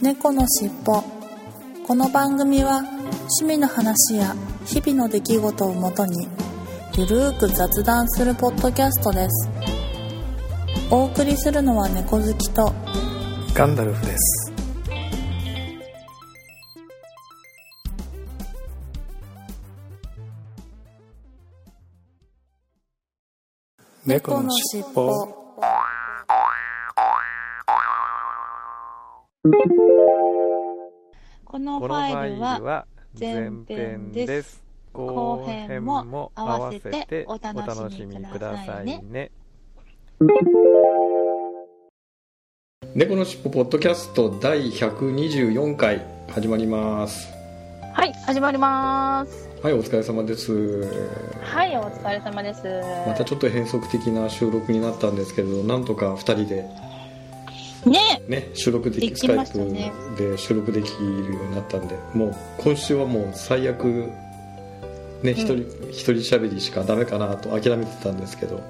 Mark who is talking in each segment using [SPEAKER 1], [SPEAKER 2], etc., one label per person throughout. [SPEAKER 1] 猫のしっぽこの番組は趣味の話や日々の出来事をもとにゆるーく雑談するポッドキャストですお送りするのは猫好きと
[SPEAKER 2] ガンダルフです。猫のしっぽ。
[SPEAKER 1] このフ
[SPEAKER 3] このフ
[SPEAKER 1] ァイ
[SPEAKER 3] ァイ
[SPEAKER 1] ル
[SPEAKER 3] ル
[SPEAKER 1] は
[SPEAKER 3] は前編です。後編も合わせてお楽しみくださいね。
[SPEAKER 4] 猫のしっぽポッドキャスト第124回始まります
[SPEAKER 5] はい、始まります。
[SPEAKER 4] はいお疲れ様です
[SPEAKER 5] はい、お疲れ様です。
[SPEAKER 4] またちょっと変則的な収録になったんですけれどなんとか2人で
[SPEAKER 5] ね、
[SPEAKER 4] ね収録でき
[SPEAKER 5] で
[SPEAKER 4] ス
[SPEAKER 5] き
[SPEAKER 4] カ
[SPEAKER 5] ま
[SPEAKER 4] イ
[SPEAKER 5] し
[SPEAKER 4] プ
[SPEAKER 5] たね
[SPEAKER 4] で収録できるようになったんでもう今週はもう最悪ね一、人一人喋りしかダメかなと諦めてたんですけど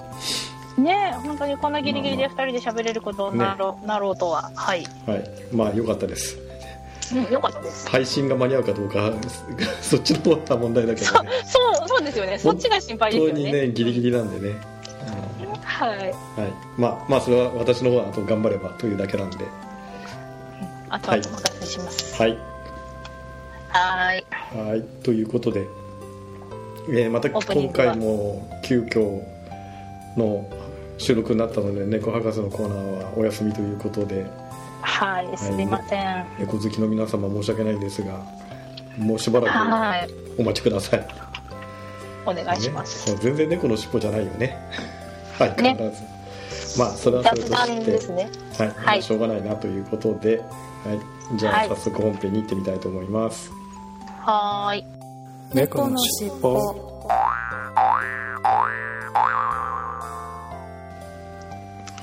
[SPEAKER 5] ね、本当にこんなギリギリで二人で喋れることになろ,、なろうとは、はい、
[SPEAKER 4] はいまあ良かったです
[SPEAKER 5] うん、よかったです。
[SPEAKER 4] 配信が間に合うかどうか そっちの方が問題だけどね
[SPEAKER 5] そう、そうですよね。そっちが心配です
[SPEAKER 4] 本当
[SPEAKER 5] よ
[SPEAKER 4] に
[SPEAKER 5] ね。
[SPEAKER 4] ねギリギリなんでね
[SPEAKER 5] はい。
[SPEAKER 4] はい、まあまあそれは私の方はあと頑張ればというだけなんで
[SPEAKER 5] あとはお任せします。
[SPEAKER 4] はい
[SPEAKER 5] はい。
[SPEAKER 4] はいということで、えーまた
[SPEAKER 5] オープニン
[SPEAKER 4] 今
[SPEAKER 5] グは
[SPEAKER 4] 回も急遽の収録になったので猫博士のコーナーはお休みということで
[SPEAKER 5] はい、すみません。
[SPEAKER 4] 猫好きの皆様申し訳ないんですがもうしばら
[SPEAKER 5] はい、
[SPEAKER 4] くお待ちください、ね、
[SPEAKER 5] お願いします。
[SPEAKER 4] もう全然猫の尻尾じゃないよね相変わらず、まあそれはそれ
[SPEAKER 5] 雑
[SPEAKER 4] と
[SPEAKER 5] 談
[SPEAKER 4] して
[SPEAKER 5] ですね。
[SPEAKER 4] はい、
[SPEAKER 5] はい
[SPEAKER 4] しょうがないなということで、はい、じゃ
[SPEAKER 5] は
[SPEAKER 4] あ
[SPEAKER 5] い
[SPEAKER 4] 早速本編に行ってみたいと思います、
[SPEAKER 5] はーい。
[SPEAKER 2] 猫
[SPEAKER 1] 猫
[SPEAKER 2] の
[SPEAKER 1] のし
[SPEAKER 2] しっ
[SPEAKER 1] っ
[SPEAKER 2] ぽ。
[SPEAKER 1] ぽ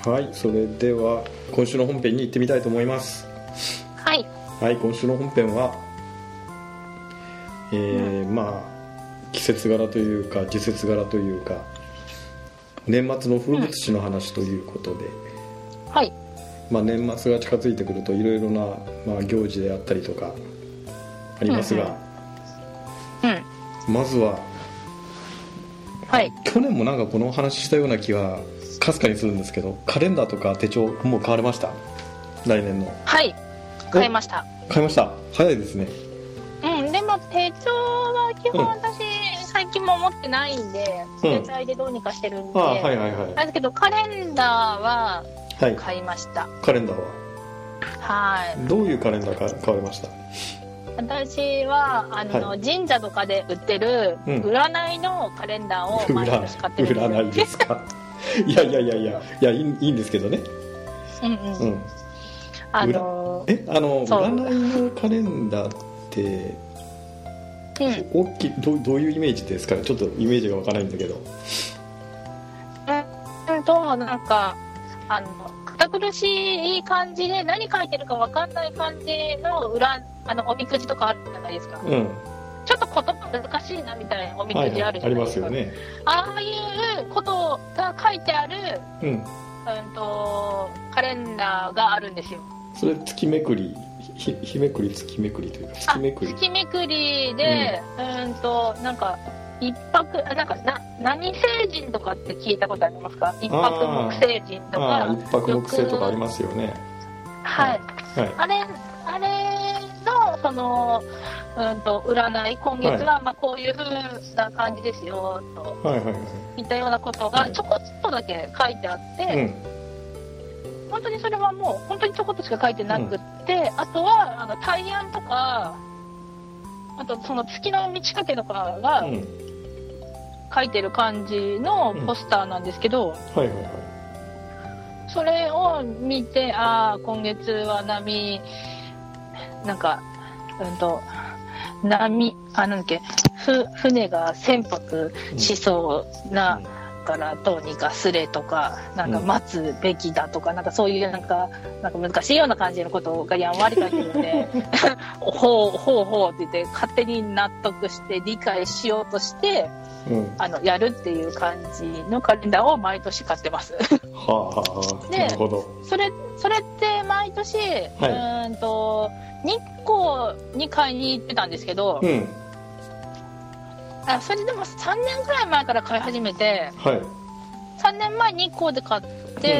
[SPEAKER 4] はい、それでは今週の本編に行ってみたいと思います
[SPEAKER 5] はい。
[SPEAKER 4] はい今週の本編はえーまあ季節柄というか時節柄というか年末の風物詩の話ということで、
[SPEAKER 5] はい。
[SPEAKER 4] まあ、年末が近づいてくるといろいろな、まあ、行事であったりとかありますが、
[SPEAKER 5] うん。
[SPEAKER 4] まずは
[SPEAKER 5] はい。
[SPEAKER 4] 去年もなんかこのお話ししたような気がかすかにするんですけどカレンダーとか手帳もう買われました来年の
[SPEAKER 5] はい。買いました。
[SPEAKER 4] 買いました早いですね
[SPEAKER 5] うん、でも手帳は基本私、最近も持ってないんで、
[SPEAKER 4] うん
[SPEAKER 5] 携帯でどうにかしてるんで、
[SPEAKER 4] ああはいはいはい
[SPEAKER 5] なんですけどカレンダーは
[SPEAKER 4] はい
[SPEAKER 5] 買いました。
[SPEAKER 4] カレンダーは
[SPEAKER 5] はい。
[SPEAKER 4] どういうカレンダーか買われました
[SPEAKER 5] 私はあの、
[SPEAKER 4] は
[SPEAKER 5] 神社とかで売ってる
[SPEAKER 4] うん
[SPEAKER 5] 占いのカレン ダーを毎
[SPEAKER 4] 占
[SPEAKER 5] 年買ってるんですよ。
[SPEAKER 4] 占いですか いやいやいやいやいやいいいいんですけどね
[SPEAKER 5] うん
[SPEAKER 4] う
[SPEAKER 5] うん。
[SPEAKER 4] ん
[SPEAKER 5] あの
[SPEAKER 4] えあの
[SPEAKER 5] そう
[SPEAKER 4] 占いのカレンダーって
[SPEAKER 5] うん、
[SPEAKER 4] 大きいどうどういうイメージですかねちょっとイメージがわからないんだけど
[SPEAKER 5] うんとなんかあの堅苦しい感じで何書いてるかわかんない感じの裏あのおみくじとかあるじゃないですか。
[SPEAKER 4] うん
[SPEAKER 5] ちょっと言葉難しいなみたいなおみく
[SPEAKER 4] はい、
[SPEAKER 5] じ
[SPEAKER 4] は
[SPEAKER 5] ある
[SPEAKER 4] い、
[SPEAKER 5] じ
[SPEAKER 4] あ
[SPEAKER 5] ゃ
[SPEAKER 4] り
[SPEAKER 5] ない
[SPEAKER 4] ま
[SPEAKER 5] ですすか。
[SPEAKER 4] よね
[SPEAKER 5] ああいうことが書いてある、
[SPEAKER 4] うん
[SPEAKER 5] うんと、カレンダーがあるんですよ。
[SPEAKER 4] それ月めくりひ日めくり月めくりというか
[SPEAKER 5] あ
[SPEAKER 4] 月めくり
[SPEAKER 5] 月めくりで、うん、と、なんか、一泊、あなんか、な、何星人とかって聞いたことありますか一泊木星人と
[SPEAKER 4] ああ
[SPEAKER 5] か
[SPEAKER 4] 一。泊木星とかありますよね
[SPEAKER 5] はい。
[SPEAKER 4] はい
[SPEAKER 5] あれ、あれの、その、うんと、占い、今月は、まあ、こういう風な感じですよ、と、
[SPEAKER 4] はいはいはい
[SPEAKER 5] いったようなことが、ちょこっとだけ書いてあって、
[SPEAKER 4] うん
[SPEAKER 5] 本当にそれはもう本当にちょこっとしか書いてなくって、あとはあの大安とかあとその月の満ち欠けとかが
[SPEAKER 4] うん
[SPEAKER 5] 書いてる感じのポスターなんですけど、
[SPEAKER 4] はいはいは
[SPEAKER 5] それを見てああ今月は波なんかうんと波あなんだっけふ船が船舶しそうな、
[SPEAKER 4] い
[SPEAKER 5] からどうにかすれとかなんか待つべきだとか、なんかそういうなんかなんか難しいような感じのことがやんわり書いてるので ほうほうほうって言って勝手に納得して理解しようとして
[SPEAKER 4] うん
[SPEAKER 5] あのやるっていう感じのカレンダーを毎年買ってます。
[SPEAKER 4] はあはあはあな
[SPEAKER 5] ね
[SPEAKER 4] るほど
[SPEAKER 5] それそれって毎年、うーんと日光に買いに行ってたんですけど、
[SPEAKER 4] うん
[SPEAKER 5] あそれでも3年ぐらい前から買い始めて
[SPEAKER 4] はい
[SPEAKER 5] 3年前日光で買って、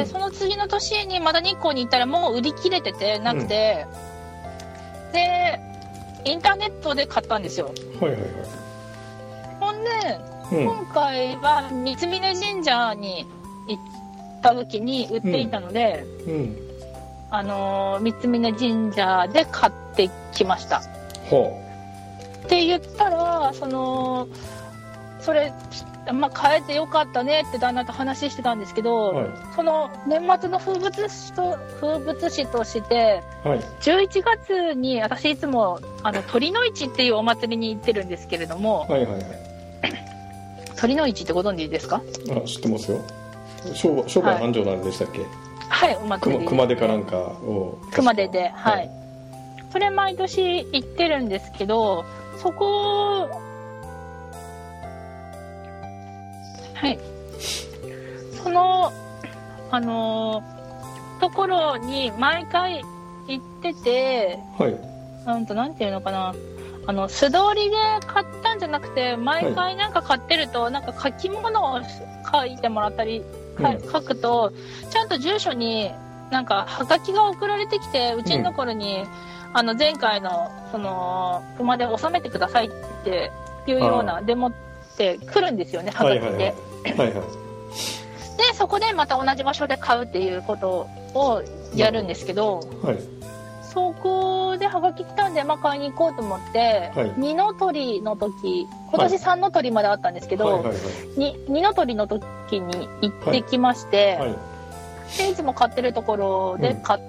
[SPEAKER 4] うん
[SPEAKER 5] その次の年にまた日光に行ったらもう売り切れててなくて、でインターネットで買ったんですよ
[SPEAKER 4] はいはい
[SPEAKER 5] ほんで
[SPEAKER 4] はいうん
[SPEAKER 5] 今回は三峯神社に行った時に売っていたので、
[SPEAKER 4] うん
[SPEAKER 5] あのー三峯神社で買ってきました
[SPEAKER 4] は
[SPEAKER 5] って言ったらそのそれ、まあ、変えてよかったねって旦那と話してたんですけ
[SPEAKER 4] あ
[SPEAKER 5] ど、
[SPEAKER 4] はい
[SPEAKER 5] その年末の風物詩と風物詩として
[SPEAKER 4] はい
[SPEAKER 5] 11月に私いつもあの鳥の市っていうお祭りに行ってるんですけれども
[SPEAKER 4] はいはいはい
[SPEAKER 5] 鳥の市ってご存知ですか
[SPEAKER 4] あ知ってますよ商売商売繁盛なんでしたっけ、
[SPEAKER 5] はいお祭
[SPEAKER 4] 熊
[SPEAKER 5] り
[SPEAKER 4] 熊手かなんかを
[SPEAKER 5] 熊手ではい、
[SPEAKER 4] い
[SPEAKER 5] それ毎年行ってるんですけどそこはいそのあのーところに毎回行ってて
[SPEAKER 4] はい
[SPEAKER 5] なんとなんていうのかなあの素通りで買ったんじゃなくて毎回なんか買ってると、なんか書き物を書いてもらったり、か
[SPEAKER 4] うん
[SPEAKER 5] 書くとちゃんと住所になんかはがきが送られてきてうちの頃に、あの前回のその熊で収めてくださいっていうようなデモって来るんですよねはが
[SPEAKER 4] は
[SPEAKER 5] き
[SPEAKER 4] い
[SPEAKER 5] で。
[SPEAKER 4] はいはいはいはい
[SPEAKER 5] でそこでまた同じ場所で買うっていうことをやるんですけど。
[SPEAKER 4] はい
[SPEAKER 5] そこでハガキ来たんで、まあ、買いに行こうと思って、
[SPEAKER 4] はい
[SPEAKER 5] 二の鳥の時今年三の鳥まであったんですけ
[SPEAKER 4] はい
[SPEAKER 5] ど、
[SPEAKER 4] はい
[SPEAKER 5] に二の鳥の時に行ってきまして、
[SPEAKER 4] はいはい
[SPEAKER 5] でいつも買ってるところで買っ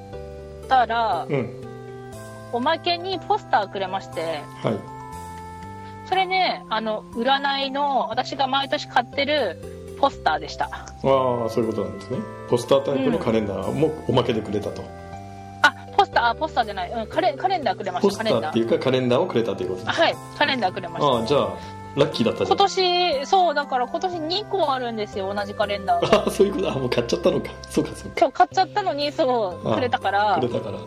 [SPEAKER 5] たら、
[SPEAKER 4] うん
[SPEAKER 5] おまけにポスターくれまして
[SPEAKER 4] はい
[SPEAKER 5] それねあの占いの私が毎年買ってるポスターでした
[SPEAKER 4] ああそういうことなんですねポスタータイプのカレンダーもおまけでくれたと、
[SPEAKER 5] あポスターあポスターじゃない、うん、カレカレンダーくれまし
[SPEAKER 4] ポ
[SPEAKER 5] た
[SPEAKER 4] ス
[SPEAKER 5] カ
[SPEAKER 4] タ
[SPEAKER 5] レン
[SPEAKER 4] ー
[SPEAKER 5] ダ
[SPEAKER 4] って
[SPEAKER 5] ー
[SPEAKER 4] いうかカレンダーをくれたということです
[SPEAKER 5] はいカレンダーくれました
[SPEAKER 4] ああじゃあラッキーだったじゃ
[SPEAKER 5] 今
[SPEAKER 4] ん
[SPEAKER 5] 年そうだから今年2個あるんですよ同じカレンダーが
[SPEAKER 4] ああそういうことあもう買っちゃったのかそうかそうか
[SPEAKER 5] 今日買っちゃったのにそう
[SPEAKER 4] あ
[SPEAKER 5] くれたから
[SPEAKER 4] くれたから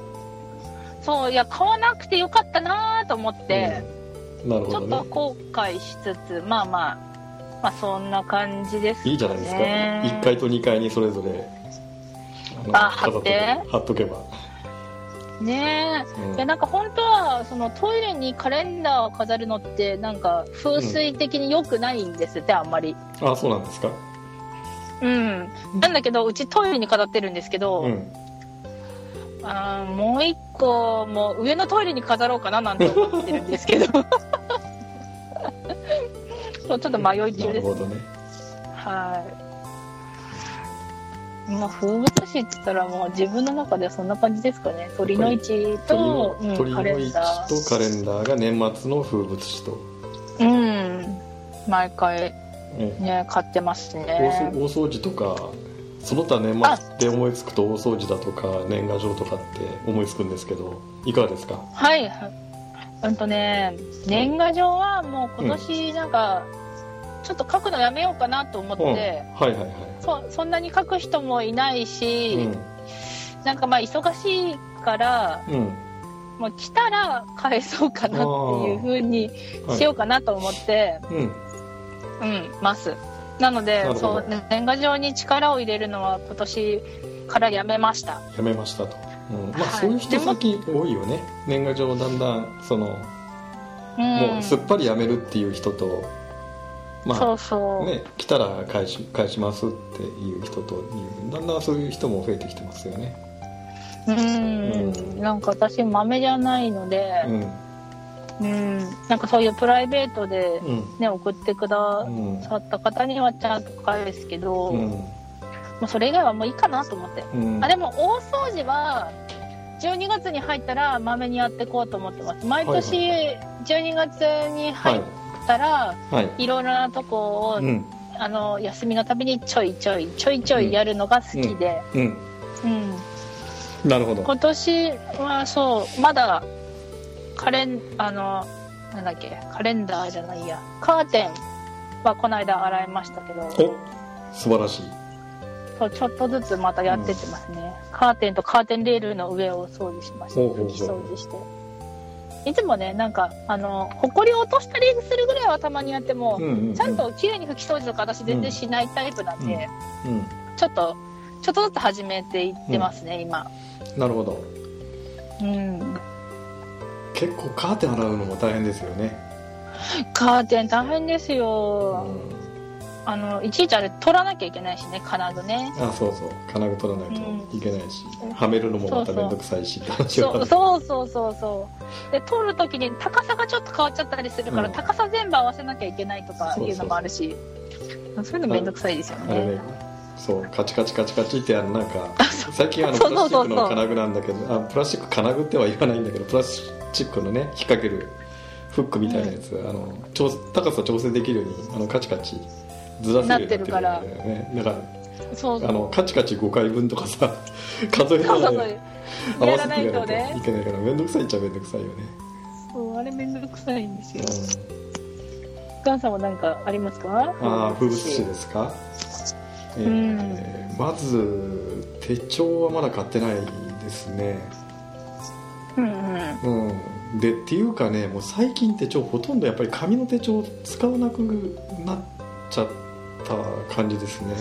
[SPEAKER 5] そういや買わなくてよかったなと思って、
[SPEAKER 4] うんなるほ
[SPEAKER 5] ち
[SPEAKER 4] ど
[SPEAKER 5] ょっ
[SPEAKER 4] ね
[SPEAKER 5] と後悔しつつまあまあまあそんな感じですかね
[SPEAKER 4] いいじゃないですか1階と2階にそれぞれあの
[SPEAKER 5] あ貼って
[SPEAKER 4] 飾と貼っとけば、
[SPEAKER 5] ね
[SPEAKER 4] う
[SPEAKER 5] え
[SPEAKER 4] ん
[SPEAKER 5] いやなんか本当はそのトイレにカレンダーを飾るのってなんか風水的に良くないんですってあんまり
[SPEAKER 4] ああそうなんですか
[SPEAKER 5] うんなんだけどうちトイレに飾ってるんですけど、
[SPEAKER 4] うん
[SPEAKER 5] あーもう一個もう上のトイレに飾ろうかななんて思ってるんです けどそうちょっと迷い
[SPEAKER 4] な
[SPEAKER 5] 中
[SPEAKER 4] る
[SPEAKER 5] です
[SPEAKER 4] ほどね
[SPEAKER 5] はいまあ風物詩って言ったらもう自分の中ではそんな感じですかね鳥の市と
[SPEAKER 4] 鳥の
[SPEAKER 5] うん、
[SPEAKER 4] 鳥
[SPEAKER 5] カ
[SPEAKER 4] の
[SPEAKER 5] レン
[SPEAKER 4] 市
[SPEAKER 5] ダ
[SPEAKER 4] とカレンダーが年末の風物詩と、
[SPEAKER 5] ーうん毎回
[SPEAKER 4] え
[SPEAKER 5] ね買ってます
[SPEAKER 4] え大掃
[SPEAKER 5] ね
[SPEAKER 4] 大掃除とかその他年末って思いつくと大掃除だとか年賀状とかって思いつくんですけどいかがですか
[SPEAKER 5] はいうんとね年賀状はもう今年なんか、ちょっと書くのやめようかなと思っ
[SPEAKER 4] うん、はい
[SPEAKER 5] て、
[SPEAKER 4] はいは
[SPEAKER 5] そそんなに書く人もいない
[SPEAKER 4] い
[SPEAKER 5] し、なんかまあ忙しいから
[SPEAKER 4] うん、うん
[SPEAKER 5] もう来たら返そうかなっていうふうに
[SPEAKER 4] はい
[SPEAKER 5] しようかなと思って、
[SPEAKER 4] うん
[SPEAKER 5] うん、ます。なので
[SPEAKER 4] なるほ
[SPEAKER 5] そ
[SPEAKER 4] ど
[SPEAKER 5] う年賀状に力を入れるのは今年からやめました。
[SPEAKER 4] やめましたと、うんまあ、
[SPEAKER 5] はい
[SPEAKER 4] そういう人最近多いよね年賀状をだんだんその、
[SPEAKER 5] うん、
[SPEAKER 4] もうすっぱりやめるっていう人と
[SPEAKER 5] そ
[SPEAKER 4] ま
[SPEAKER 5] うそ
[SPEAKER 4] あ
[SPEAKER 5] う、
[SPEAKER 4] ね来たら返し返しますっていう人というだんだんそういう人も増えてきてますよね
[SPEAKER 5] うん、
[SPEAKER 4] うん
[SPEAKER 5] なんか私豆じゃないので、
[SPEAKER 4] うん
[SPEAKER 5] うん、なんかそういうプライベートで
[SPEAKER 4] うん
[SPEAKER 5] ね送ってくだ
[SPEAKER 4] うん
[SPEAKER 5] さった方にはちゃんと返すけど、
[SPEAKER 4] う
[SPEAKER 5] も
[SPEAKER 4] ん
[SPEAKER 5] うそれ以外はもういいかなと思って。
[SPEAKER 4] うん
[SPEAKER 5] あでも大掃除は12月に入ったらまめにやっていこうと思ってます毎年12月に入ったら
[SPEAKER 4] はい
[SPEAKER 5] いろいろなとこを、
[SPEAKER 4] うん
[SPEAKER 5] あの休みのたびにちょいちょいちょいちょいやるのが好きで、
[SPEAKER 4] うん、
[SPEAKER 5] うん
[SPEAKER 4] なるほど
[SPEAKER 5] 今年はそうまだカレンあのなんだっけカレンダーじゃないやカーテンはこの間洗いましたけど
[SPEAKER 4] お素晴らしい
[SPEAKER 5] そうちょっとずつまたやってってますね、カーテンとカーテンレールの上を掃除しました
[SPEAKER 4] ほうほう
[SPEAKER 5] 拭き掃除していつもねなんかあの埃を落としたりするぐらいはたまにやっても、
[SPEAKER 4] うんうんうん
[SPEAKER 5] ちゃんと綺麗に拭き掃除とか私全然しないタイプなんで、
[SPEAKER 4] うん
[SPEAKER 5] ちょっとちょっとずつ始めていってますね、今
[SPEAKER 4] なるほど
[SPEAKER 5] うん
[SPEAKER 4] 結構カーテン洗うのも大変ですよね
[SPEAKER 5] カーテン大変です
[SPEAKER 4] う
[SPEAKER 5] よ、
[SPEAKER 4] ん
[SPEAKER 5] あのいちいちあれ取らなきゃいけないしね金具ね
[SPEAKER 4] あそうそう金具取らないといけないし、
[SPEAKER 5] うん
[SPEAKER 4] はめるのもまた
[SPEAKER 5] そうそう
[SPEAKER 4] 面倒くさいしって話
[SPEAKER 5] そ
[SPEAKER 4] は
[SPEAKER 5] うそうそうそうそうで取る時に高さがちょっと変わっちゃったりするから、
[SPEAKER 4] うん
[SPEAKER 5] 高さ全部合わせなきゃいけないとかいうのもあるしそういうのめんどくさいですよ
[SPEAKER 4] あれね
[SPEAKER 5] ね
[SPEAKER 4] そうカチカチカチカチってあのなんか
[SPEAKER 5] そう
[SPEAKER 4] 最近あの
[SPEAKER 5] そ
[SPEAKER 4] プ
[SPEAKER 5] う
[SPEAKER 4] ラ
[SPEAKER 5] そう
[SPEAKER 4] スチッ
[SPEAKER 5] そうそう
[SPEAKER 4] クの金具なんだけどあプラスチック金具っては言わないんだけどプラスチックのね引っ掛けるフックみたいなやつ、あの調高さ調整できるようにあのカチカチずらせるようになってるんだよねだから
[SPEAKER 5] そうそう
[SPEAKER 4] あのカチカチ5回分とか さ数えな
[SPEAKER 5] そう
[SPEAKER 4] が
[SPEAKER 5] そ
[SPEAKER 4] ら
[SPEAKER 5] う
[SPEAKER 4] ね
[SPEAKER 5] そう
[SPEAKER 4] 合
[SPEAKER 5] や
[SPEAKER 4] わ
[SPEAKER 5] ら
[SPEAKER 4] せ
[SPEAKER 5] な
[SPEAKER 4] て
[SPEAKER 5] い
[SPEAKER 4] いか
[SPEAKER 5] と
[SPEAKER 4] ないとい
[SPEAKER 5] ね
[SPEAKER 4] けないから面倒くさいっちゃ面倒くさいよね、
[SPEAKER 5] そうあれめんどくさいんです
[SPEAKER 4] う
[SPEAKER 5] よ
[SPEAKER 4] ん、
[SPEAKER 5] ガンさんは何かありますか
[SPEAKER 4] ああ風物詩ですか、えーまず手帳はまだ買ってないですね
[SPEAKER 5] うんうん
[SPEAKER 4] うん、でっていうかねもう最近手帳ほとんどやっぱり紙の手帳使わなくなっちゃった感じですね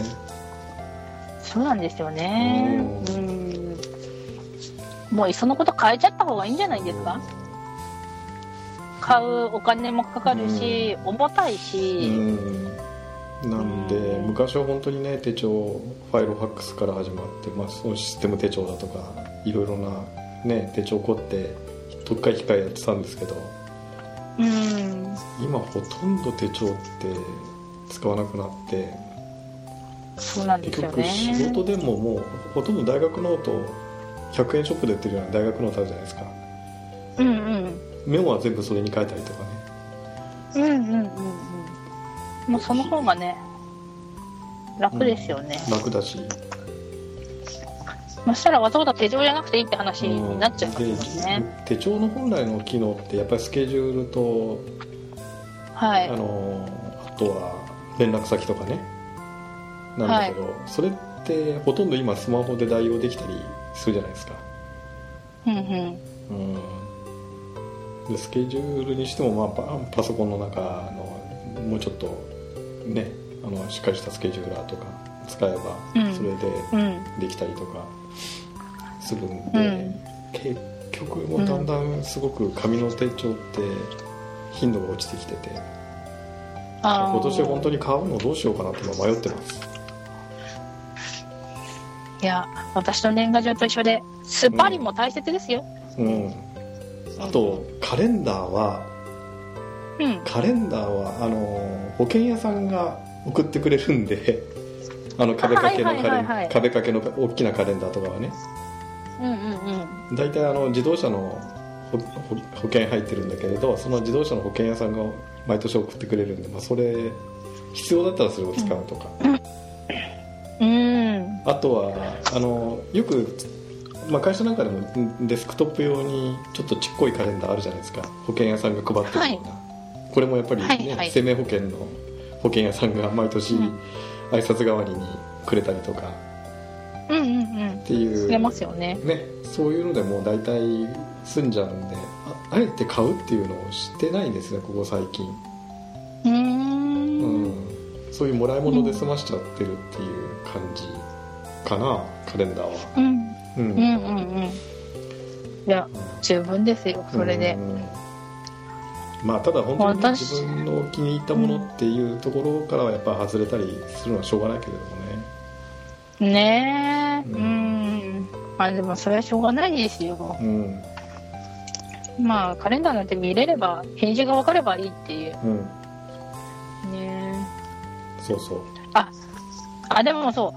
[SPEAKER 5] そうなんですよね
[SPEAKER 4] う
[SPEAKER 5] うんもういっそのこと変えちゃった方がいいんじゃないですか買うお金もかかるし、重たいし、
[SPEAKER 4] うんなんで、
[SPEAKER 5] うん
[SPEAKER 4] 昔は本当にね手帳ファイルファックスから始まって、まあ、そのシステム手帳だとかいろいろな、ね、手帳凝って特回機械やってたんですけど
[SPEAKER 5] うん、
[SPEAKER 4] 今ほとんど手帳って使わなくなって
[SPEAKER 5] そうなんで
[SPEAKER 4] 結
[SPEAKER 5] すよ
[SPEAKER 4] 局
[SPEAKER 5] ね。
[SPEAKER 4] 仕事でももうほとんど大学ノート100円ショップで売ってるような大学ノートあるじゃないですか
[SPEAKER 5] うんうん
[SPEAKER 4] メモは全部それに書いたりとかね
[SPEAKER 5] うんうんうんうん。もうその方がね、楽ですよね。
[SPEAKER 4] 楽だし
[SPEAKER 5] そしたらわざわざ手錠じゃなくていいって話になっちゃいますよね。
[SPEAKER 4] で手帳の本来の機能ってやっぱりスケジュールと、
[SPEAKER 5] はい
[SPEAKER 4] あ。のあとは連絡先とかねなんだけど、それってほとんど今スマホで代用できたりするじゃないですか
[SPEAKER 5] うんうん。
[SPEAKER 4] うんでスケジュールにしても、まあ、パパソコンの中のもうちょっとねあのしっかりしたスケジューラーとか使えば
[SPEAKER 5] うん
[SPEAKER 4] それで
[SPEAKER 5] うん。
[SPEAKER 4] できたりとかするんで、
[SPEAKER 5] うん
[SPEAKER 4] 結局もうだんだんすごく紙の手帳って頻度が落ちてきてて
[SPEAKER 5] あー
[SPEAKER 4] 今年本当に買うのどうしようかなって今迷ってます
[SPEAKER 5] いや、私の年賀状と一緒で、スパリも大切ですよ。
[SPEAKER 4] うんあとカレンダーは
[SPEAKER 5] うん。
[SPEAKER 4] カレンダーはあの保険屋さんが送ってくれるんであの壁掛けのカレン、
[SPEAKER 5] はいはいはいはい
[SPEAKER 4] 壁掛けの大きなカレンダーとかはね
[SPEAKER 5] うんうんうん。
[SPEAKER 4] 大体あの自動車のほほ保険入ってるんだけれどその自動車の保険屋さんが毎年送ってくれるんで、まあ、それ必要だったらそれを使うとか、
[SPEAKER 5] うん。
[SPEAKER 4] あとはあのよく、まあ、会社なんかでもんデスクトップ用にちょっとちっこいカレンダーあるじゃないですか保険屋さんが配ってるような、これもやっぱり、ね
[SPEAKER 5] はいはい
[SPEAKER 4] 生命保険の保険屋さんが毎年
[SPEAKER 5] うん
[SPEAKER 4] 挨拶代わりにくれたりとか
[SPEAKER 5] うんうんうん。
[SPEAKER 4] っていう
[SPEAKER 5] 売れますよね。
[SPEAKER 4] ね、そういうのでもう大体済んじゃうんでああえて買うっていうのをしてないんですねここ最近、
[SPEAKER 5] うー。
[SPEAKER 4] うんん、そういうもらい物で済ましちゃってるっていう感じかなカレンダーは、
[SPEAKER 5] うん。
[SPEAKER 4] うん
[SPEAKER 5] うんうんうん。いや、十分ですよ、それで
[SPEAKER 4] う。んまあただ本当に
[SPEAKER 5] 私
[SPEAKER 4] 自分の気に入ったものっていうところからはやっぱ外れたりするのはしょうがないけれどもね
[SPEAKER 5] ねえ。
[SPEAKER 4] う
[SPEAKER 5] うんん。あ、でもそれはしょうがないですよ。
[SPEAKER 4] うん
[SPEAKER 5] まあ、カレンダーなんて見れれば、返事が分かればいいっていう。
[SPEAKER 4] うん
[SPEAKER 5] ね
[SPEAKER 4] そうそう
[SPEAKER 5] あ、あ、でもそう。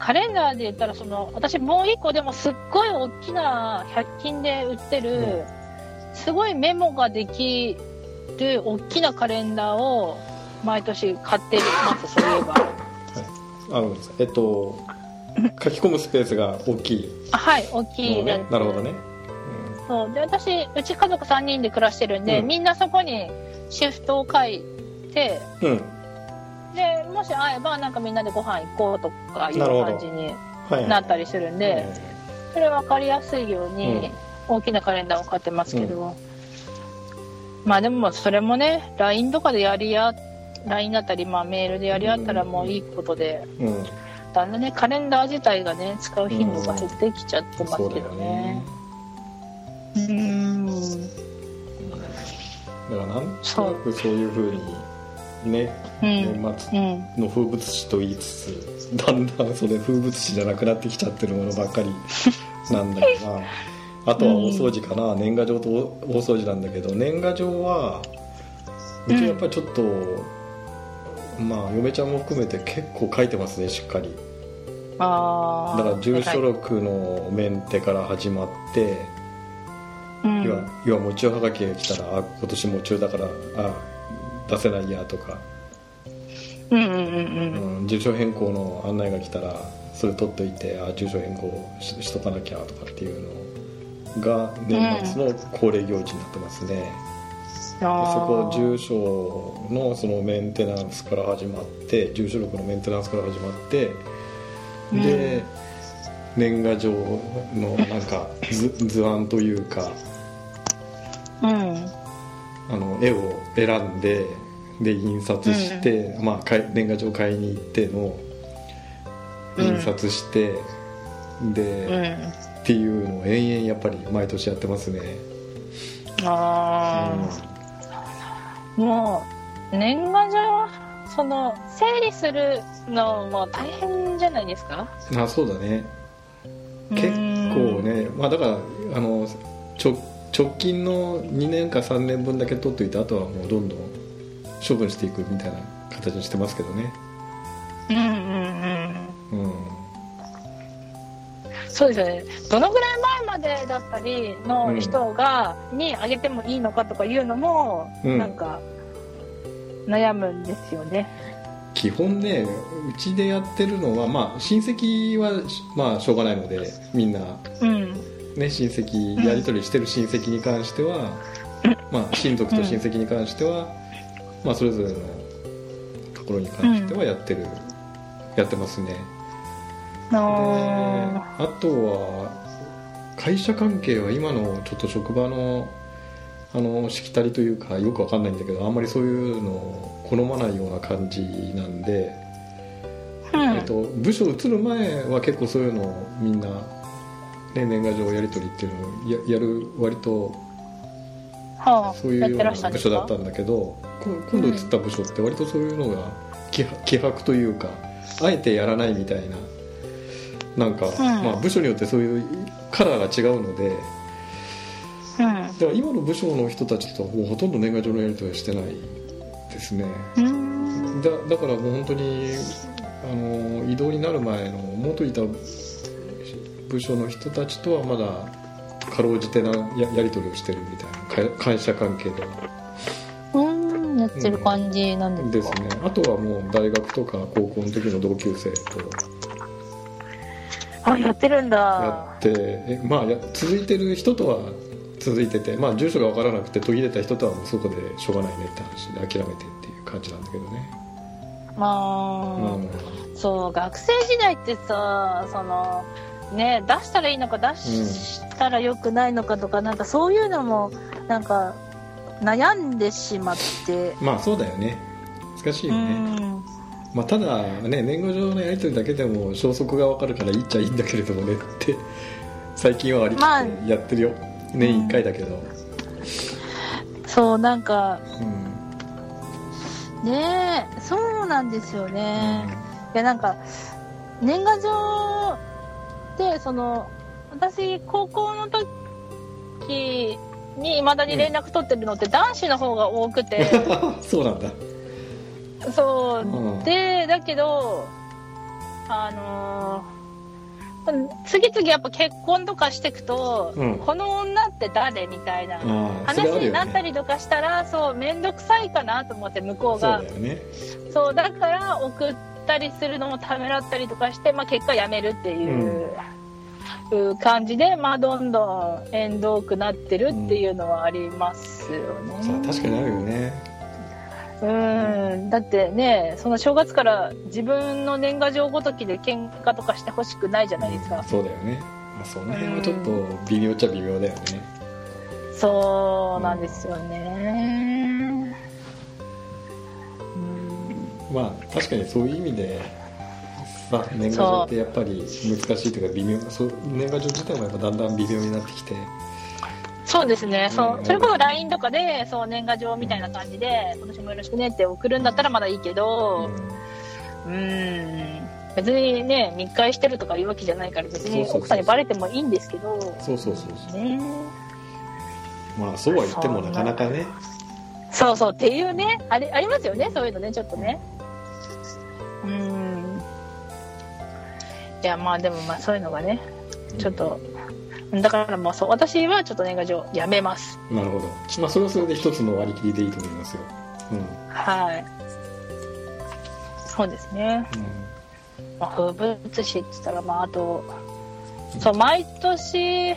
[SPEAKER 5] カレンダーで言ったら、その、私もう一個でもすっごい大きな100均で売ってる、
[SPEAKER 4] うん
[SPEAKER 5] すごいメモができる大きなカレンダーを毎年買ってますそういえば
[SPEAKER 4] あのえっと書き込むスペースが大きい
[SPEAKER 5] あはい大きい
[SPEAKER 4] のね
[SPEAKER 5] です
[SPEAKER 4] なるほどね
[SPEAKER 5] そうで私うち家族3人で暮らしてるんで、
[SPEAKER 4] うん
[SPEAKER 5] みんなそこにシフトを書いて
[SPEAKER 4] うん
[SPEAKER 5] でもし会えばなんかみんなでご飯行こうとかいう
[SPEAKER 4] なるほど
[SPEAKER 5] 感じに
[SPEAKER 4] はい
[SPEAKER 5] なったりするんでそれ分かりやすいように大きなカレンダーを買ってますけど、まあでもそれもね LINE とかでやりや LINE だったり、まあ、メールでやり合ったらもういいことで、
[SPEAKER 4] うんうん
[SPEAKER 5] だんだんねカレンダー自体がね使う頻度が減ってきちゃってます
[SPEAKER 4] そうだ
[SPEAKER 5] け
[SPEAKER 4] よ
[SPEAKER 5] ど
[SPEAKER 4] ね
[SPEAKER 5] ね。うん
[SPEAKER 4] だからなんとなくそういうふうにね
[SPEAKER 5] うん
[SPEAKER 4] 年
[SPEAKER 5] う
[SPEAKER 4] 末
[SPEAKER 5] ん
[SPEAKER 4] の風物詩と言いつつだんだんそれ風物詩じゃなくなってきちゃってるものばっかりなんだけどなあとは大掃除かな年賀状と大掃除なんだけど年賀状はうちはやっぱりちょっと、まあ嫁ちゃんも含めて結構書いてますねしっかりだ
[SPEAKER 5] ああ
[SPEAKER 4] から住所録のメンテから始まって、
[SPEAKER 5] うん
[SPEAKER 4] 要は要はもう中はがきが来たらあ今年もう中だからあ出せないやとか、
[SPEAKER 5] うんうんうんうん
[SPEAKER 4] うん、住所変更の案内が来たらそれ取っといてあ住所変更ししとかなきゃとかっていうのが年末の恒例行事になってますね、でそこ住所のそのメンテナンスから始まって住所録のメンテナンスから始まってで、年賀状のなんか図図案というか
[SPEAKER 5] うん
[SPEAKER 4] あの絵を選んでで印刷して、まあ、かい年賀状買いに行っての
[SPEAKER 5] うん
[SPEAKER 4] 印刷して、で、
[SPEAKER 5] う
[SPEAKER 4] っ
[SPEAKER 5] ん
[SPEAKER 4] ていうのを延々やっぱり毎年やってますね、
[SPEAKER 5] ああ、もう年賀状その整理するのも大変じゃないですか
[SPEAKER 4] うんあそうだね結構ね、まあ、だからあのちょ直近の2年か3年分だけ取っといてあとはもうどんどん処分していくみたいな形にしてますけどね
[SPEAKER 5] うんうんうん
[SPEAKER 4] うん
[SPEAKER 5] そうですよねどのぐらい前までだったりの人が、にあげてもいいのかとかいうのも、
[SPEAKER 4] うん
[SPEAKER 5] なんか悩むんですよね
[SPEAKER 4] 基本ねうちでやってるのはまあ親戚はしまあしょうがないのでみんな
[SPEAKER 5] うん
[SPEAKER 4] ね親戚やり取りしてる親戚に関しては、まあ親族と親戚に関しては、まあそれぞれのところに関してはやってる、やってますねで
[SPEAKER 5] あ
[SPEAKER 4] あとは会社関係は今のちょっと職場のあのしきたりというかよくわかんないんだけどあんまりそういうのを好まないような感じなんで、
[SPEAKER 5] ーうん
[SPEAKER 4] えっと、部署移る前は結構そういうのをみんな、ね、年賀状やり取りっていうのをややる割と
[SPEAKER 5] はあ
[SPEAKER 4] そういう
[SPEAKER 5] やっ
[SPEAKER 4] よう
[SPEAKER 5] て
[SPEAKER 4] な
[SPEAKER 5] らっしゃる
[SPEAKER 4] 部
[SPEAKER 5] んで
[SPEAKER 4] 署
[SPEAKER 5] す
[SPEAKER 4] だっ
[SPEAKER 5] か
[SPEAKER 4] たんだけどこ今度移った部署って割とそういうのが希 希薄というかあえてやらないみたいななんか、まあ、部署によってそういうカラーが違うのでだから今の部署の人たちとはもうほとんど年賀状のやり取りはしてないですね。
[SPEAKER 5] うんうん
[SPEAKER 4] だだからもう本当にあの移動になる前の元いた部署の人たちとはまだかろうじてなややり取りをしてるみたいなか会社関係では
[SPEAKER 5] うんやってる感じなんですか、
[SPEAKER 4] ですねあとはもう大学とか高校の時の同級生と
[SPEAKER 5] あやってるんだ
[SPEAKER 4] やってえまあや続いてる人とは続いててまあ住所が分からなくて途切れた人とはもうそこでしょうがないねって話で諦めてっていう感じなんだけどね、
[SPEAKER 5] まあ、
[SPEAKER 4] う
[SPEAKER 5] そう学生時代ってさそのね出したらいいのか出したらよくないのかとか、なんかそういうのもなんか悩んでしまって、
[SPEAKER 4] ん、まあそうだよね難しいうよね、
[SPEAKER 5] ん
[SPEAKER 4] まあ、ただね年賀状のやり取りだけでも消息が分かるからいいっちゃいいんだけれどもねって最近は割り
[SPEAKER 5] まあ
[SPEAKER 4] 切ってやってるよ、年1回だけど、
[SPEAKER 5] そうなんか
[SPEAKER 4] うん
[SPEAKER 5] ねそうなんですよね、いやなんか年賀状ってその私高校の時にいまだに連絡取ってるのって男子の方が多くて、
[SPEAKER 4] そうなんだ、
[SPEAKER 5] そう
[SPEAKER 4] うん
[SPEAKER 5] でだけどあのー次々やっぱ結婚とかしていくと、
[SPEAKER 4] うん
[SPEAKER 5] この女って誰みたいな
[SPEAKER 4] ああそ
[SPEAKER 5] 話
[SPEAKER 4] れある
[SPEAKER 5] に
[SPEAKER 4] よ
[SPEAKER 5] なった
[SPEAKER 4] ね
[SPEAKER 5] りとかしたらそう面倒くさいかなと思って向こ
[SPEAKER 4] そうう
[SPEAKER 5] が
[SPEAKER 4] だよね
[SPEAKER 5] そうだから送ったりするのもためらったりとかして、まあ、結果やめるっていう。いう感じで、まあ、どんどん縁遠くなってるっていうのはありますよね。
[SPEAKER 4] さあ確かになるよね
[SPEAKER 5] うんだってねその正月から自分の年賀状ごときで喧嘩とかしてほしくないじゃないですか
[SPEAKER 4] そうだよね、まあ、その辺はちょっと微妙っちゃ微妙だよね
[SPEAKER 5] そうなんですよね
[SPEAKER 4] まあ確かにそういう意味で、まあ、年賀状ってやっぱり難しいというか微妙そう年賀状自体もやっぱだんだん微妙になってきて
[SPEAKER 5] そうですねそううんそれこそ LINE とかでそう年賀状みたいな感じで「今年もよろしくね」って送るんだったらまだいいけどうん別にね密会してるとかいうわけじゃないから別
[SPEAKER 4] そ
[SPEAKER 5] に
[SPEAKER 4] うそうそうそう
[SPEAKER 5] 奥さんにバレてもいいんですけど
[SPEAKER 4] そうそうそうそ
[SPEAKER 5] ね
[SPEAKER 4] うまあそうは言ってもなかなかね
[SPEAKER 5] そうそうっていうねあれありますよねそういうのねちょっとねうんいやまあでもまあそういうのがねちょっとだからもうそう私はちょっと年賀状やめます
[SPEAKER 4] なるほどまあそれはそれで一つの割り切りでいいと思いますようん、うん
[SPEAKER 5] はいそうですね、まあ、風物詩って言ったらまああとそう毎年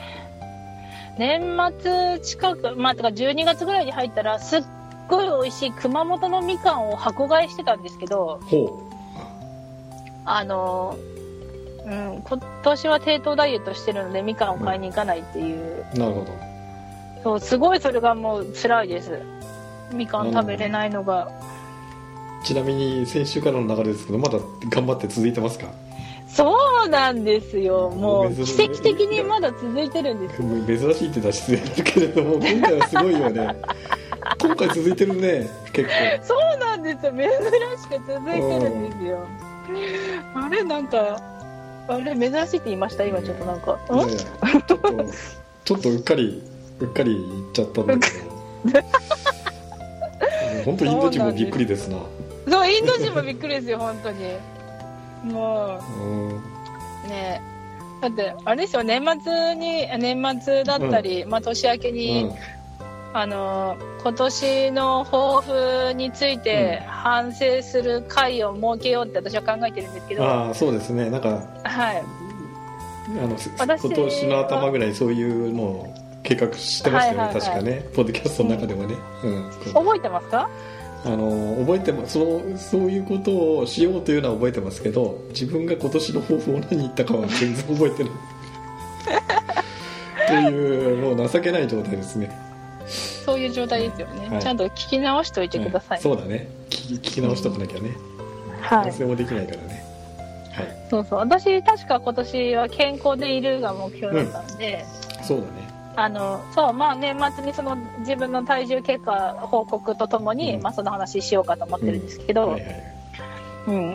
[SPEAKER 5] 年末近くまあとか12月ぐらいに入ったらすっごい美味しい熊本のみかんを箱買いしてたんですけど、
[SPEAKER 4] ほ
[SPEAKER 5] あの、うん、今年は低糖ダイエットしてるのでみかんを買いに行かないっていう、
[SPEAKER 4] うなるほど
[SPEAKER 5] そうすごいそれがもう辛いですみかん食べれないのが、
[SPEAKER 4] ちなみに先週からの流れですけどまだ頑張って続いてますか
[SPEAKER 5] そうなんですよもう
[SPEAKER 4] 珍し
[SPEAKER 5] 奇
[SPEAKER 4] い
[SPEAKER 5] 跡的にまだ続いてるんです
[SPEAKER 4] 珍しいって出し失礼だけれども今回はすごいよね今回続いてるね結構
[SPEAKER 5] そうなんですよ珍しく続いてるんですよあれなんかあれ珍しいって言いました今ちょっとなんか、
[SPEAKER 4] いやいやちょっとちょっとうっかりうっかり言っちゃったんだけど本当インド人もびっくりですな
[SPEAKER 5] うんそうインド人もびっくりですよ本当にもう
[SPEAKER 4] うん
[SPEAKER 5] ねだってあれですよ年末にあ年末だったり、まあ、年明けに、
[SPEAKER 4] うん
[SPEAKER 5] あの今年の抱負について反省する会を設けようって私は考えてるんですけど、
[SPEAKER 4] ああそうですねなんか
[SPEAKER 5] はい
[SPEAKER 4] あのす今
[SPEAKER 5] 私は
[SPEAKER 4] 年の頭ぐらいそういうのを計画してましたよね、
[SPEAKER 5] はいはいはい
[SPEAKER 4] 確かねポッドキャストの中でもね、うん
[SPEAKER 5] 覚えてますか
[SPEAKER 4] あの覚えてもそのそういうことをしようというのは覚えてますけど自分が今年の抱負を何言ったかは全然覚え てないというもう情けない状態ですね
[SPEAKER 5] そういう状態ですよね、
[SPEAKER 4] はい
[SPEAKER 5] ちゃんと聞き直しておいてください、
[SPEAKER 4] うんそうだね聞き聞き直しとかなきゃね
[SPEAKER 5] はい
[SPEAKER 4] 反省もできないからねはい
[SPEAKER 5] そうそう私確か今年は健康でいるが目標だったんで、
[SPEAKER 4] そうだね
[SPEAKER 5] あのそうまあ年末にその自分の体重結果報告とともに、
[SPEAKER 4] うん
[SPEAKER 5] まあ、その話しようかと思ってるんですけど、
[SPEAKER 4] はいはい
[SPEAKER 5] うん、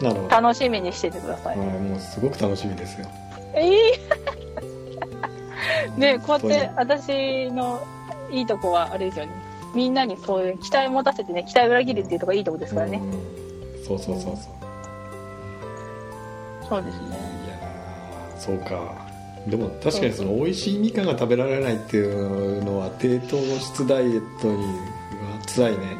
[SPEAKER 4] なるほど、は
[SPEAKER 5] 楽しみにしててください
[SPEAKER 4] い、。もうすごく楽しみですよ
[SPEAKER 5] えー ねこうやって
[SPEAKER 4] 本
[SPEAKER 5] 私のいいとこはあれですよね。みんなにそういう期待持たせてね期待裏切るっていうとこがいいとこですからね。
[SPEAKER 4] うんそうそうそうそう
[SPEAKER 5] そうです
[SPEAKER 4] い
[SPEAKER 5] ね。
[SPEAKER 4] やーそうかでも確かにその美味しいみかんが食べられないっていうのは低糖質ダイエットには辛いね、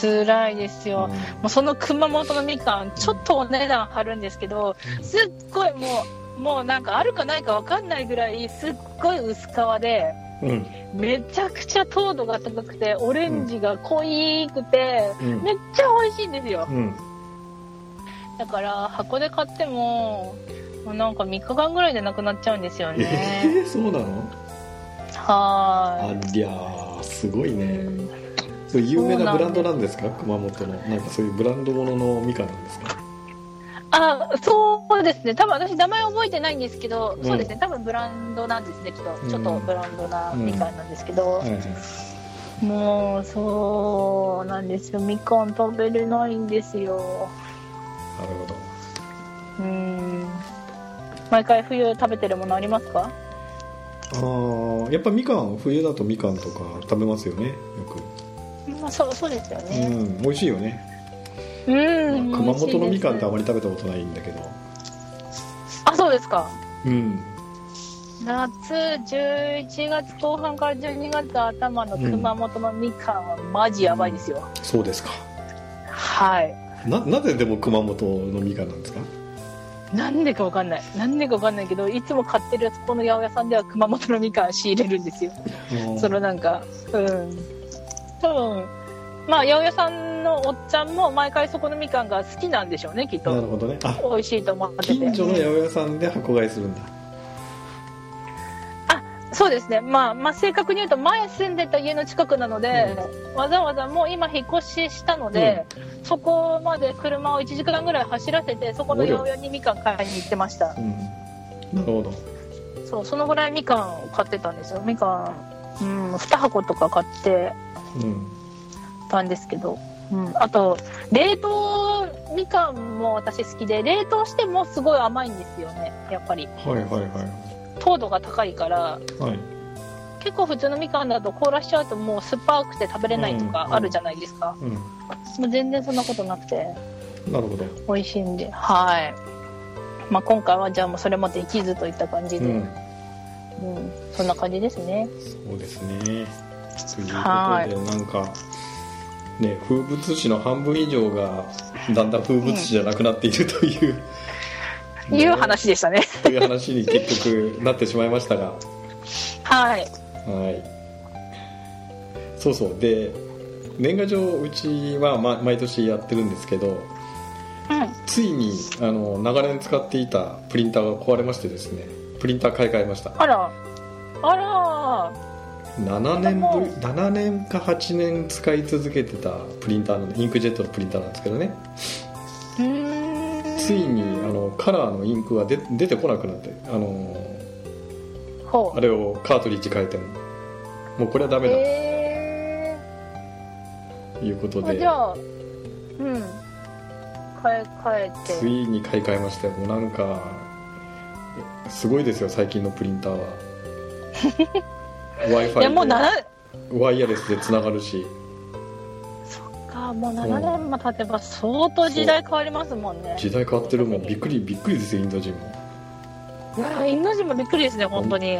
[SPEAKER 5] 辛いです
[SPEAKER 4] う
[SPEAKER 5] よ。
[SPEAKER 4] ん
[SPEAKER 5] もうその熊本のみかんちょっとお値段張るんですけどすっごいもうもうなんかあるかないかわかんないぐらいすっごい薄皮で。
[SPEAKER 4] うん
[SPEAKER 5] めちゃくちゃ糖度が高くてオレンジが濃いくて、
[SPEAKER 4] うん
[SPEAKER 5] めっちゃ美味しいんですよ、
[SPEAKER 4] うん
[SPEAKER 5] だから箱で買ってももうなんか3日間ぐらいでなくなっちゃうんですよ
[SPEAKER 4] え
[SPEAKER 5] ね
[SPEAKER 4] ー そうなのあ
[SPEAKER 5] は
[SPEAKER 4] りゃーすごい
[SPEAKER 5] ーい、
[SPEAKER 4] ね、
[SPEAKER 5] うん
[SPEAKER 4] そう有名なブランドなんですか熊本のなんかそういうブランドもののみかんなんですか
[SPEAKER 5] あそうですね多分私名前覚えてないんですけど、
[SPEAKER 4] うん
[SPEAKER 5] そうですね多分ブランドなんですねきっと、
[SPEAKER 4] ん
[SPEAKER 5] ちょっとブランドなみかんなんですけど、
[SPEAKER 4] はいはい
[SPEAKER 5] もうそうなんですよみかん食べれないんですよ
[SPEAKER 4] なるほど
[SPEAKER 5] うん毎回冬食べてるものありますか
[SPEAKER 4] あーやっぱみかん冬だとみかんとか食べますよねよ
[SPEAKER 5] まあ、そうそうですよ
[SPEAKER 4] く、う
[SPEAKER 5] ね。
[SPEAKER 4] ん、美味しいよね
[SPEAKER 5] うん。
[SPEAKER 4] 熊本のみかんってあ
[SPEAKER 5] 美
[SPEAKER 4] ま
[SPEAKER 5] 味しい
[SPEAKER 4] り食べたことないんだけど
[SPEAKER 5] ですあ、そうそうですか
[SPEAKER 4] うん
[SPEAKER 5] 夏11月後半から12月頭の熊本のみかんはマジやばいですよ、
[SPEAKER 4] そうですか
[SPEAKER 5] はい
[SPEAKER 4] ななぜでも熊本のみかんなんですか
[SPEAKER 5] なんでかわかんないなんでかわかんないけどいつも買ってるそこの八百屋さんでは熊本のみかん仕入れるんですよそのなんかうん多分まあ八百屋さんのおっちゃんも毎回そこのみかんが好きなんでしょうねきっ
[SPEAKER 4] なる
[SPEAKER 5] と
[SPEAKER 4] ほどねあ
[SPEAKER 5] 美味しいと思ってて
[SPEAKER 4] 近所の八百屋さんで箱買いするんだ
[SPEAKER 5] そうですね、まあ、まあ正確に言うと前住んでた家の近くなので、わざわざもう今引っ越ししたので、そこまで車を1時間ぐらい走らせてそこの八百屋にみかん買いに行ってました
[SPEAKER 4] うんなるほど
[SPEAKER 5] そうそのぐらいみかんを買ってたんですよみかん、うん、2箱とか買って
[SPEAKER 4] うん
[SPEAKER 5] たんですけど、うん、あと冷凍みかんも私好きで冷凍してもすごい甘いんですよねやっぱり
[SPEAKER 4] はいはいは
[SPEAKER 5] 糖度が高いから
[SPEAKER 4] いはい
[SPEAKER 5] 結構普通のみかんだと凍らしちゃうともう酸っぱくて食べれないとか
[SPEAKER 4] うん
[SPEAKER 5] あるじゃないですか、
[SPEAKER 4] うん
[SPEAKER 5] もう全然そんなことなくて
[SPEAKER 4] なるほど
[SPEAKER 5] 美味しいんではい、まあ、今回はじゃあもうそれもできずといった感じ
[SPEAKER 4] う
[SPEAKER 5] で、うん
[SPEAKER 4] ん
[SPEAKER 5] そんな感じですね
[SPEAKER 4] そうですねということで
[SPEAKER 5] はい
[SPEAKER 4] なんかね風物詩の半分以上がだんだん風物詩じゃなくなっているという、ね
[SPEAKER 5] いう話でしたね
[SPEAKER 4] という話に結局なってしまいましたが
[SPEAKER 5] はい
[SPEAKER 4] はい。そうそう。で、年賀状、うちは、ま、毎年やってるんですけど、
[SPEAKER 5] う
[SPEAKER 4] ついに、あの、長年使っていたプリンターが壊れましてですね、プリンター買い替えました。
[SPEAKER 5] んあらあ
[SPEAKER 4] 7年ぶり、7年か8年使い続けてたプリンターの、インクジェットのプリンターなんですけどね、
[SPEAKER 5] らうーん
[SPEAKER 4] ついに、あの、カラーのインクが出出てこなくなって、あの、
[SPEAKER 5] ほ
[SPEAKER 4] あ
[SPEAKER 5] う
[SPEAKER 4] れをカートリッジ変えても、もうこれはダメだ
[SPEAKER 5] え
[SPEAKER 4] ということ
[SPEAKER 5] ーまあ
[SPEAKER 4] で
[SPEAKER 5] じ、ゃあうん買い替
[SPEAKER 4] つ
[SPEAKER 5] えて
[SPEAKER 4] いに買い替えましたよもうなんかすごいですよ最近のプリンターは w i
[SPEAKER 5] い
[SPEAKER 4] f
[SPEAKER 5] やもうな
[SPEAKER 4] i
[SPEAKER 5] ら
[SPEAKER 4] ワイヤレスでつながるし
[SPEAKER 5] かもう7年も経てば相当時代変わりますもんね
[SPEAKER 4] 時代変わってるもんびっくりびっくりですよインド人も
[SPEAKER 5] いやインド人もびっくりですね本当に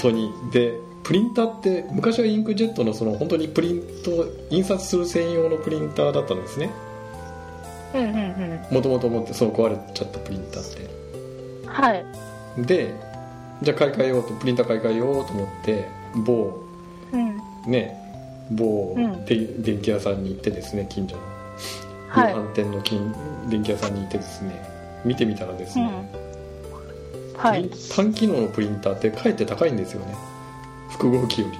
[SPEAKER 4] でプリンターって昔はインクジェットのその本当にプリント印刷する専用のプリンターだったんですね
[SPEAKER 5] うんうんう
[SPEAKER 4] もともと持ってそう壊れちゃったプリンターって
[SPEAKER 5] んはい
[SPEAKER 4] でじゃあ買い替えようとプリンター買い替えようと思って某
[SPEAKER 5] うん
[SPEAKER 4] ね某
[SPEAKER 5] うん
[SPEAKER 4] で、電気屋さんに行ってですね近所の量
[SPEAKER 5] はい
[SPEAKER 4] 販店の近電気屋さんに行ってですね見てみたらです
[SPEAKER 5] う
[SPEAKER 4] ね、
[SPEAKER 5] んはい
[SPEAKER 4] プリン単機能のプリンターってかえって高いんですよね複合機より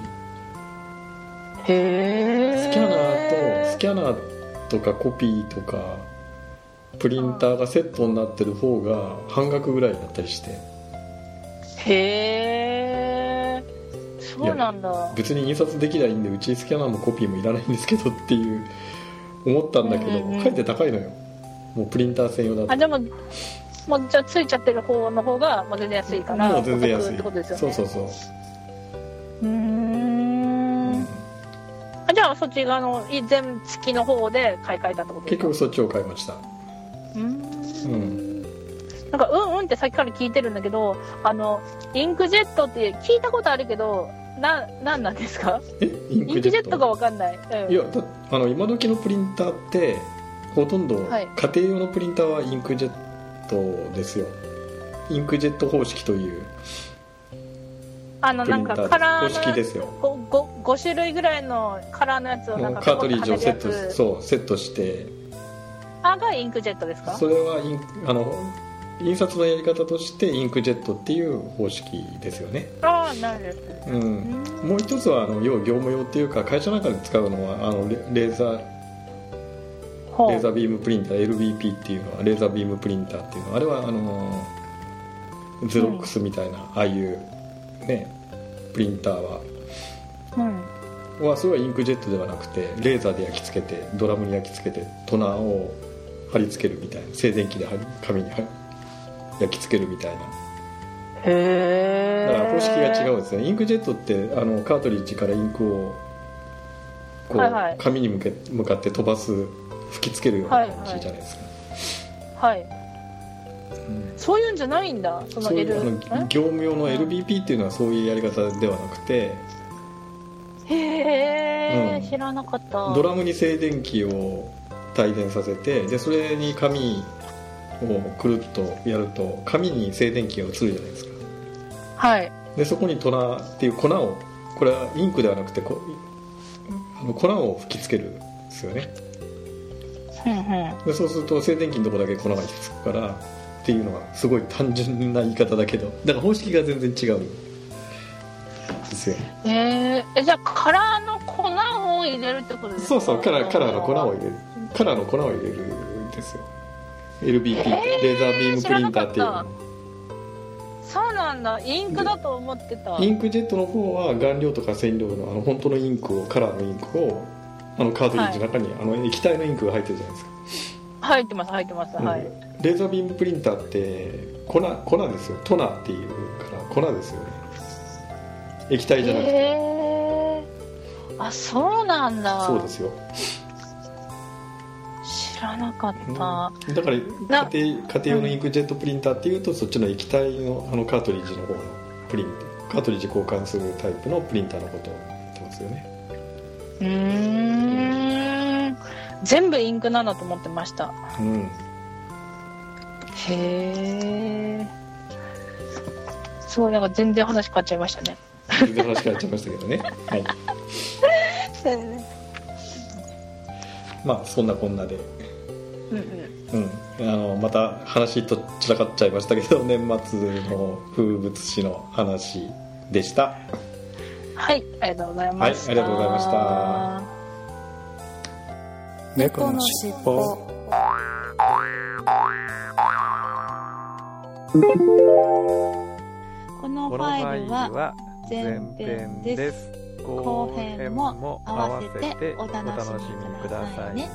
[SPEAKER 5] へえ
[SPEAKER 4] スキャナーとスキャナーとかコピーとかプリンターがセットになってる方が半額ぐらいだったりして
[SPEAKER 5] へえそうなんだ
[SPEAKER 4] 別に印刷できりゃいいんでうちスキャナーもコピーもいらないんですけどっていう思ったんだけど、
[SPEAKER 5] うんうんうん
[SPEAKER 4] かえって高いのよもうプリンター専用だと
[SPEAKER 5] あでももうじゃあついちゃってる方の方がもう全然安いから
[SPEAKER 4] もう全然安
[SPEAKER 5] お得
[SPEAKER 4] い
[SPEAKER 5] ってことですよね
[SPEAKER 4] そうそうそう
[SPEAKER 5] うーんあじゃあそっち側の以前付きの方で買い替えたってことです
[SPEAKER 4] 結
[SPEAKER 5] か
[SPEAKER 4] 局そっちを買いました
[SPEAKER 5] うー
[SPEAKER 4] うん
[SPEAKER 5] んなんか「うんうん」ってさっきから聞いてるんだけどあのインクジェットって聞いたことあるけどななんなんですか
[SPEAKER 4] えイ
[SPEAKER 5] インクジェットがわかんない、うん、
[SPEAKER 4] いやだあの今時のプリンターってほとんど
[SPEAKER 5] はい
[SPEAKER 4] 家庭用のプリンターはインクジェットですよインクジェット方式という
[SPEAKER 5] あの
[SPEAKER 4] プリ
[SPEAKER 5] なん
[SPEAKER 4] ンタ
[SPEAKER 5] か
[SPEAKER 4] ー
[SPEAKER 5] カラ
[SPEAKER 4] 方式
[SPEAKER 5] ー
[SPEAKER 4] で
[SPEAKER 5] の
[SPEAKER 4] すよ
[SPEAKER 5] 5, 種類ぐらいのカラーのやつを
[SPEAKER 4] も
[SPEAKER 5] なん
[SPEAKER 4] う
[SPEAKER 5] か
[SPEAKER 4] カートリッジをセット
[SPEAKER 5] こうはめるやつ
[SPEAKER 4] そうセットして
[SPEAKER 5] あがインクジェットですか
[SPEAKER 4] それはインあの印刷のやり方としてインクジェットっていう方式ですよね
[SPEAKER 5] ああなる
[SPEAKER 4] う
[SPEAKER 5] うんん
[SPEAKER 4] もう一つはあの要は業務用っていうか会社なんかで使うのはあのレレーザー
[SPEAKER 5] ほう
[SPEAKER 4] レーザービームプリンター LBP っていうのはレーザービームプリンターっていうのはあれはあのーゼロックスみたいな、ああいうねプリンターは
[SPEAKER 5] うん
[SPEAKER 4] はそれはインクジェットではなくてレーザーで焼き付けてドラムに焼き付けてトナーを貼り付けるみたいな静電気で貼り紙に貼り焼き付けるみたいな
[SPEAKER 5] へえ
[SPEAKER 4] だから方式が違うんですねインクジェットってあのカートリッジからインクをこう、
[SPEAKER 5] はいはい
[SPEAKER 4] 紙に向け向かって飛ばす吹き付けるような感じじゃないですか、
[SPEAKER 5] はいそういうんじゃないんだその
[SPEAKER 4] そうい
[SPEAKER 5] L
[SPEAKER 4] うあの
[SPEAKER 5] ん
[SPEAKER 4] 業務用の LBP っていうのはそういうやり方ではなくて
[SPEAKER 5] へえ、
[SPEAKER 4] うん
[SPEAKER 5] 知らなかった
[SPEAKER 4] ドラムに静電気を帯電させてでそれに紙をくるっとやると紙に静電気が移るじゃないですか
[SPEAKER 5] はい
[SPEAKER 4] でそこにトラっていう粉をこれはインクではなくてこあの粉を吹きつけるんですよね
[SPEAKER 5] うんうん
[SPEAKER 4] でそうすると静電気のとこだけ粉が引きつくからっていうのはすごい単純な言い方だけどだから方式が全然違うんですよ
[SPEAKER 5] えー、えじゃあカラーの粉を入れるってことですか
[SPEAKER 4] そうそうカラーカラーの粉を入れるカラーの粉を入れるんですよ LBP レーザービームプリンターっていう
[SPEAKER 5] 知らなかそうなんだインクだと思ってた
[SPEAKER 4] インクジェットの方は顔料とか染料のあの本当のインクをカラーのインクをあのカートリッジの中に、あの液体のインクが入ってるじゃないですか、
[SPEAKER 5] 入ってます入ってます、はい
[SPEAKER 4] うんレーザービームプリンターって粉粉ですよトナーっていうから粉ですよね液体じゃなくて、
[SPEAKER 5] へえあそうなんだ
[SPEAKER 4] そうですよ、
[SPEAKER 5] 知らなかった、
[SPEAKER 4] うんだから
[SPEAKER 5] な
[SPEAKER 4] 家庭家庭用のインクジェットプリンターっていうとそっちの液体のあのカートリッジの方のプリンカートリッジ交換するタイプのプリンターのことを言ってますよね
[SPEAKER 5] うーん全部インクなんだと思ってました
[SPEAKER 4] うん
[SPEAKER 5] へえすごいなんか全然話変わっちゃいましたね
[SPEAKER 4] 全然話変わっちゃいましたけどねはいまあそんなこんなで、
[SPEAKER 5] うんうん
[SPEAKER 4] うん、あのまた話と散らかっちゃいましたけど年末の風物詩の話でした
[SPEAKER 5] はいありがとうございました、
[SPEAKER 4] はいありがとうございました
[SPEAKER 2] 猫
[SPEAKER 1] 猫
[SPEAKER 2] の
[SPEAKER 1] のし
[SPEAKER 2] しっ
[SPEAKER 1] っ
[SPEAKER 2] ぽ
[SPEAKER 1] ぽ。
[SPEAKER 6] このフ
[SPEAKER 3] このフ
[SPEAKER 6] ァ
[SPEAKER 3] ァイ
[SPEAKER 6] イ
[SPEAKER 3] ル
[SPEAKER 6] ルは
[SPEAKER 3] は前
[SPEAKER 6] 前
[SPEAKER 3] 編
[SPEAKER 6] 編
[SPEAKER 3] で
[SPEAKER 6] ですす。
[SPEAKER 3] 後編も合わせてお楽しみくださいね。